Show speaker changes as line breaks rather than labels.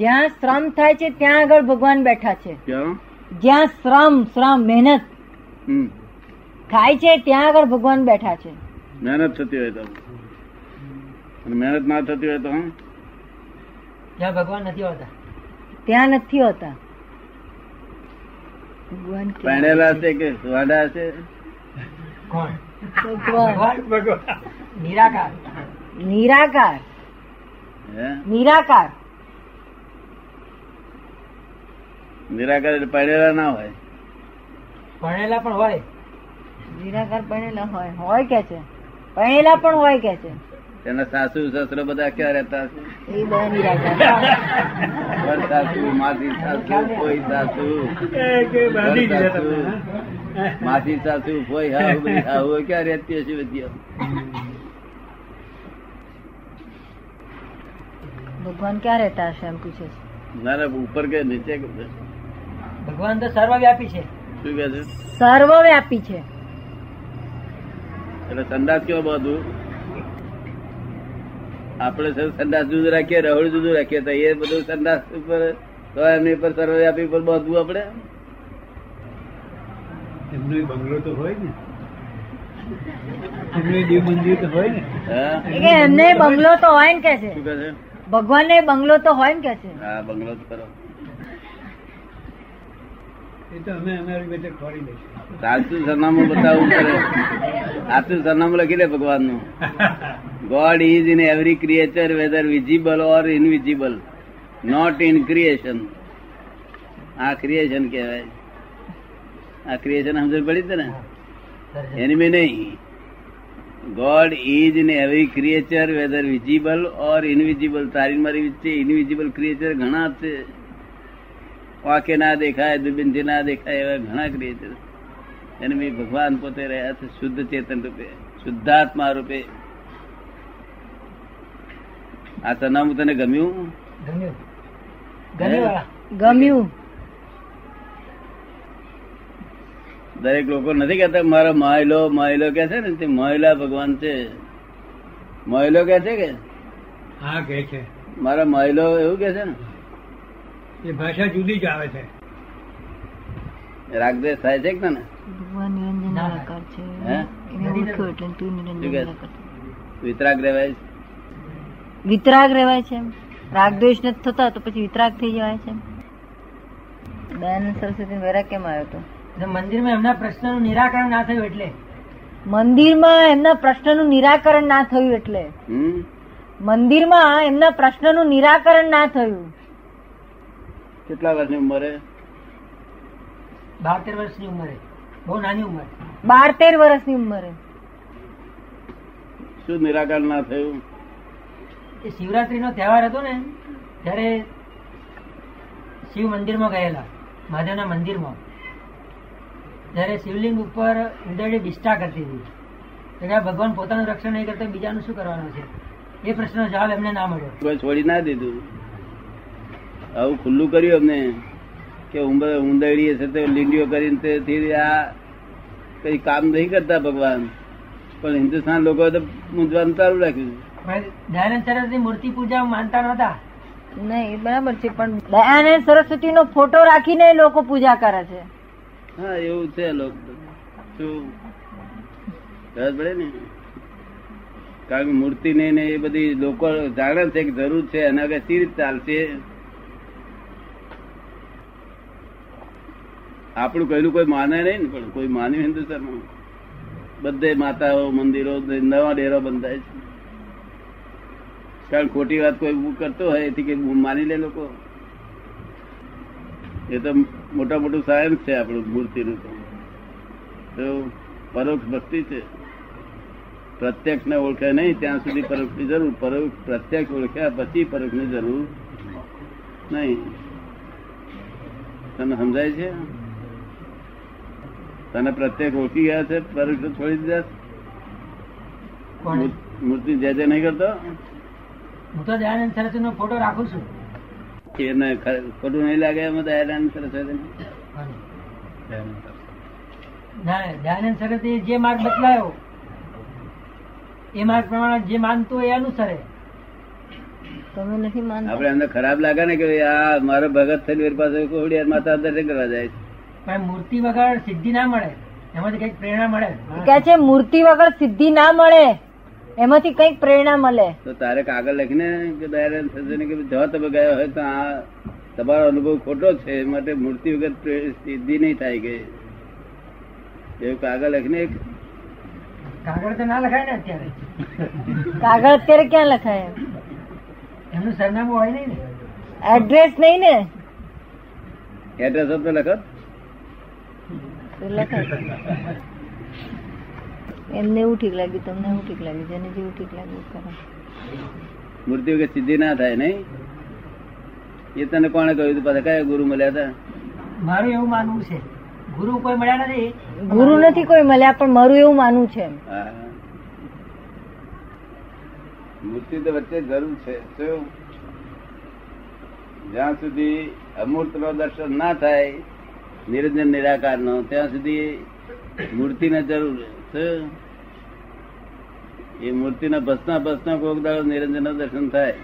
જ્યાં શ્રમ થાય છે ત્યાં આગળ ભગવાન બેઠા છે
ક્યાં
જ્યાં શ્રમ શ્રમ મહેનત
હમ
થાય છે ત્યાં આગળ ભગવાન બેઠા છે
મહેનત થતી હોય તો અને મહેનત ના થતી હોય તો હમ?
જ્યાં ભગવાન નથી હોતા
ત્યાં નથી હોતા ભગવાન કે-
પહેણેલા છે કે વાડા છે
કોણ
ભગવાન
ભગવાન નિરાકાર
નિરાકાર
હે
નિરાકાર
નિરાકાર એટલે પહેણેલા ના હોય
ભણેલા પણ હોય
નિરાકાર ભણેલા હોય હોય કે છે ભણેલા પણ હોય કે છે
તેના સાસુ સસરો બધા ક્યાં રહેતા હશે?
એ બે નિરાકાર
ઘર સાસુ માસી સાસુ કોઈ સાસુ ઘર સાસુ, માસી સાસુ કોઈ હાવ બધી હાવ ક્યાં રહેતી હશે બધી
ભગવાન ક્યાં રહેતા હશે એમ પૂછે છે
ના ના, ઉપર કે નીચે કે શું
ભગવાન તો સર્વવ્યાપી છે
કે છે
સર્વવ્યાપી છે
એટલે સંદાસ કેવો બધું આપણે સર સંદાસ જુદું રાખીએ રહોડ જુદું રાખીએ તો એ બધું સંદાસ ઉપર તો એમની પર સર્વવ્યાપી પર બધું આપણે
એમનો બંગલો તો હોય ને એમનું દેવ મંદિર તો હોય ને
હા
એ કે એમને બંગલો તો હોય ને કે છે
શું કહે છે
ભગવાનને બંગલો તો હોય ને કે છે
હા બંગલો જ કરો
એ તો અમે અમારી બેઠે ખોરી લઈશું
સાચું સરનામું બતાવવું પડે સાચું સરનામું લખી દે ભગવાનનું God is in every creature whether visible or invisible not in creation આ ક્રિએશન કહેવાય આ ક્રિએશન સમજણ પડી જ છે ને એની મેં નહીં God is in every creature whether visible or invisible તારી ને મારી વચ્ચે ઇનવિઝિબલ ક્રિએચર ઘણા છે વાંકે ના દેખાય દુબિનથી ના દેખાય એવા ઘણા ક્રિએચર એને મેં ભગવાન પોતે રહ્યા છે શુદ્ધ ચેતન રૂપે શુદ્ધાત્મા રૂપે આ સરનામું તને ગમ્યું
ગમ્યું ગમ્યું વાળા
ગમ્યું
દરેક લોકો નથી કહેતા મારો માયલો માયલો કે છે ને તે મહિલા ભગવાન છે મહિલો કે છે કે
હા કે છે
મારા મહિલો એવું કે છે
એ ભાષા જુદી જ આવે છે
ને રાગદેશ થાય છે કે ને
ભગવાન નિરંજન નિરાકાર છે
હે?
એને ઓળખ્યો એટલે તું નિરંજન
શું કહે?
નિરાકાર છે.
વિતરાગ રહેવાય
વિતરાગ રહેવાય છે એમ. રાગદ્વેષ નથી થતા તો પછી વિતરાગ થઈ જવાય છે એમ. દયાનંદ સરસ્વતી વેરાગ કેમ આવ્યો હતો
એટલે મંદિરમાં એમના પ્રશ્નનું નિરાકરણ ના થયું એટલે
મંદિરમાં એમના પ્રશ્નનું નિરાકરણ ના થયું એટલે
હમ
મંદિરમાં એમના પ્રશ્નનું નિરાકરણ ના થયું
કેટલા વર્ષની ઉંમરે
બાર તેર વર્ષની ઉંમરે બહુ નાની ઉંમર
બાર તેર વર્ષની ઉંમરે
શું નિરાકરણ ના થયું
એ શિવરાત્રીનો તહેવાર હતો ને ત્યારે શિવ મંદિરમાં ગયેલા મહાદેવના મંદિરમાં ત્યારે શિવલિંગ ઉપર ઉંદરડી વિષ્ઠા કરતી હતી ત્યારે આ ભગવાન પોતાનું રક્ષણ નહીં કરતા બીજાનું શું કરવાનું છે એ પ્રશ્નનો જવાબ એમને ના મળ્યો
કોઈ છોડી ના દીધું આવું ખુલ્લું કર્યું અમને કે ઉંબ- ઉંદરડીએ છે તે લીંડીઓ કરીને તે થી આ કઈ કામ નહીં કરતા ભગવાન પણ હિન્દુસ્તાન લોકો તો મૂંઝવાનું ચાલુ રાખ્યું
પણ દયાનંદ સરસ્વતી મૂર્તિ પૂજા માનતા નહોતા
નહીં એ બરાબર છે પણ દયાનંદ સરસ્વતીનો ફોટો રાખીને લોકો પૂજા કરે છે
હા એવું છે લોકો શું ખબર પડે ને કારણ કે મૂર્તિ ને ને એ બધી લોકો જાણે છે કે જરૂર છે એના વગર સી રીતે ચાલશે આપણું કહેલું કોઈ માને નહીં ને પણ કોઈ માન્યું હિન્દુસ્તાનમાં બધે માતાઓ મંદિરો નવા ડેરો બંધાય છે કારણ ખોટી વાત કોઈ કરતો હોય એથી કે માની લે લોકો એ તો મોટા મોટું સાયન્સ છે આપણું મૂર્તિનું તો તો પરોક્ષ ભક્તિ છે પ્રત્યક્ષ ને ઓળખે નહીં ત્યાં સુધી પરોક્ષની જરૂર પરોક્ષ પ્રત્યક્ષ ઓળખ્યા પછી પરોક્ષની જરૂર નહીં તને સમજાય છે તને પ્રત્યક્ષ ઓળખી ગયા છે પરોક્ષ છોડી દીધા
પણ
મૂર્- મૂર્તિ જે જે નહીં કરતો
હું તો દયાનંદ સરસ્વતીનો ફોટો રાખું છું
એને ખ- ખોટું નહીં લાગે એમાં દયાનંદ સરસ્વતી
અને ના દયાનંદ સરસ્વતી જે માર્ગ બદલાયો એ માર્ગ પ્રમાણે જે માનતું હોય એ અનુસરે
તમે નથી માનતા
આપડે એમને ખરાબ લાગે ને કે ભઈ આ મારો ભગત થઈને મારી પાસે કોવડિયાર માતા દર્શન કરવા જાય છે.
પણ મૂર્તિ વગર સિદ્ધિ ના મળે એમાંથી કંઈક પ્રેરણા મળે
કે છે મૂર્તિ વગર સિદ્ધિ ના મળે એમાંથી કંઈક પ્રેરણા મળે
તો તારે કાગળ લખીને કે દાયરા થશે ને કે જો તમે ગયા હોય તો આ તમારો અનુભવ ખોટો છે એ માટે મૂર્તિ વગર પ્રે- સિદ્ધિ નહીં થાય કે એવું કાગળ લખીને એક
કાગળ તો ના લખાય ને અત્યારે
કાગળ અત્યારે ક્યાં લખાય
એમનું સરનામું હોય નહીં ને
એડ્રેસ નહીં ને
એડ્રેસ હતો લખો
તો લખાય એમને એવું ઠીક લાગ્યું તમને એવું ઠીક લાગ્યું જેને જેવું ઠીક લાગ્યું એ કરો
મૂર્તિ વગર સિદ્ધિ ના થાય નહીં એ તને કોણે કહ્યું હતું? પાછા કયા ગુરુ મળ્યા હતા
મારું એવું માનવું છે ગુરુ કોઈ મળ્યા નથી
ગુરુ નથી કોઈ મળ્યા પણ મારું એવું માનવું છે
હા. મૂર્તિ તો વચ્ચે જરૂર છે શું? જ્યાં સુધી અમૂર્ત નો દર્શન ના થાય નિરંજન નિરાકાર નો ત્યાં સુધી મૂર્તિ ને જરૂર છે એ મૂર્તિ ના ભસના ભસના કોક દાડો નિરંજન દર્શન થાય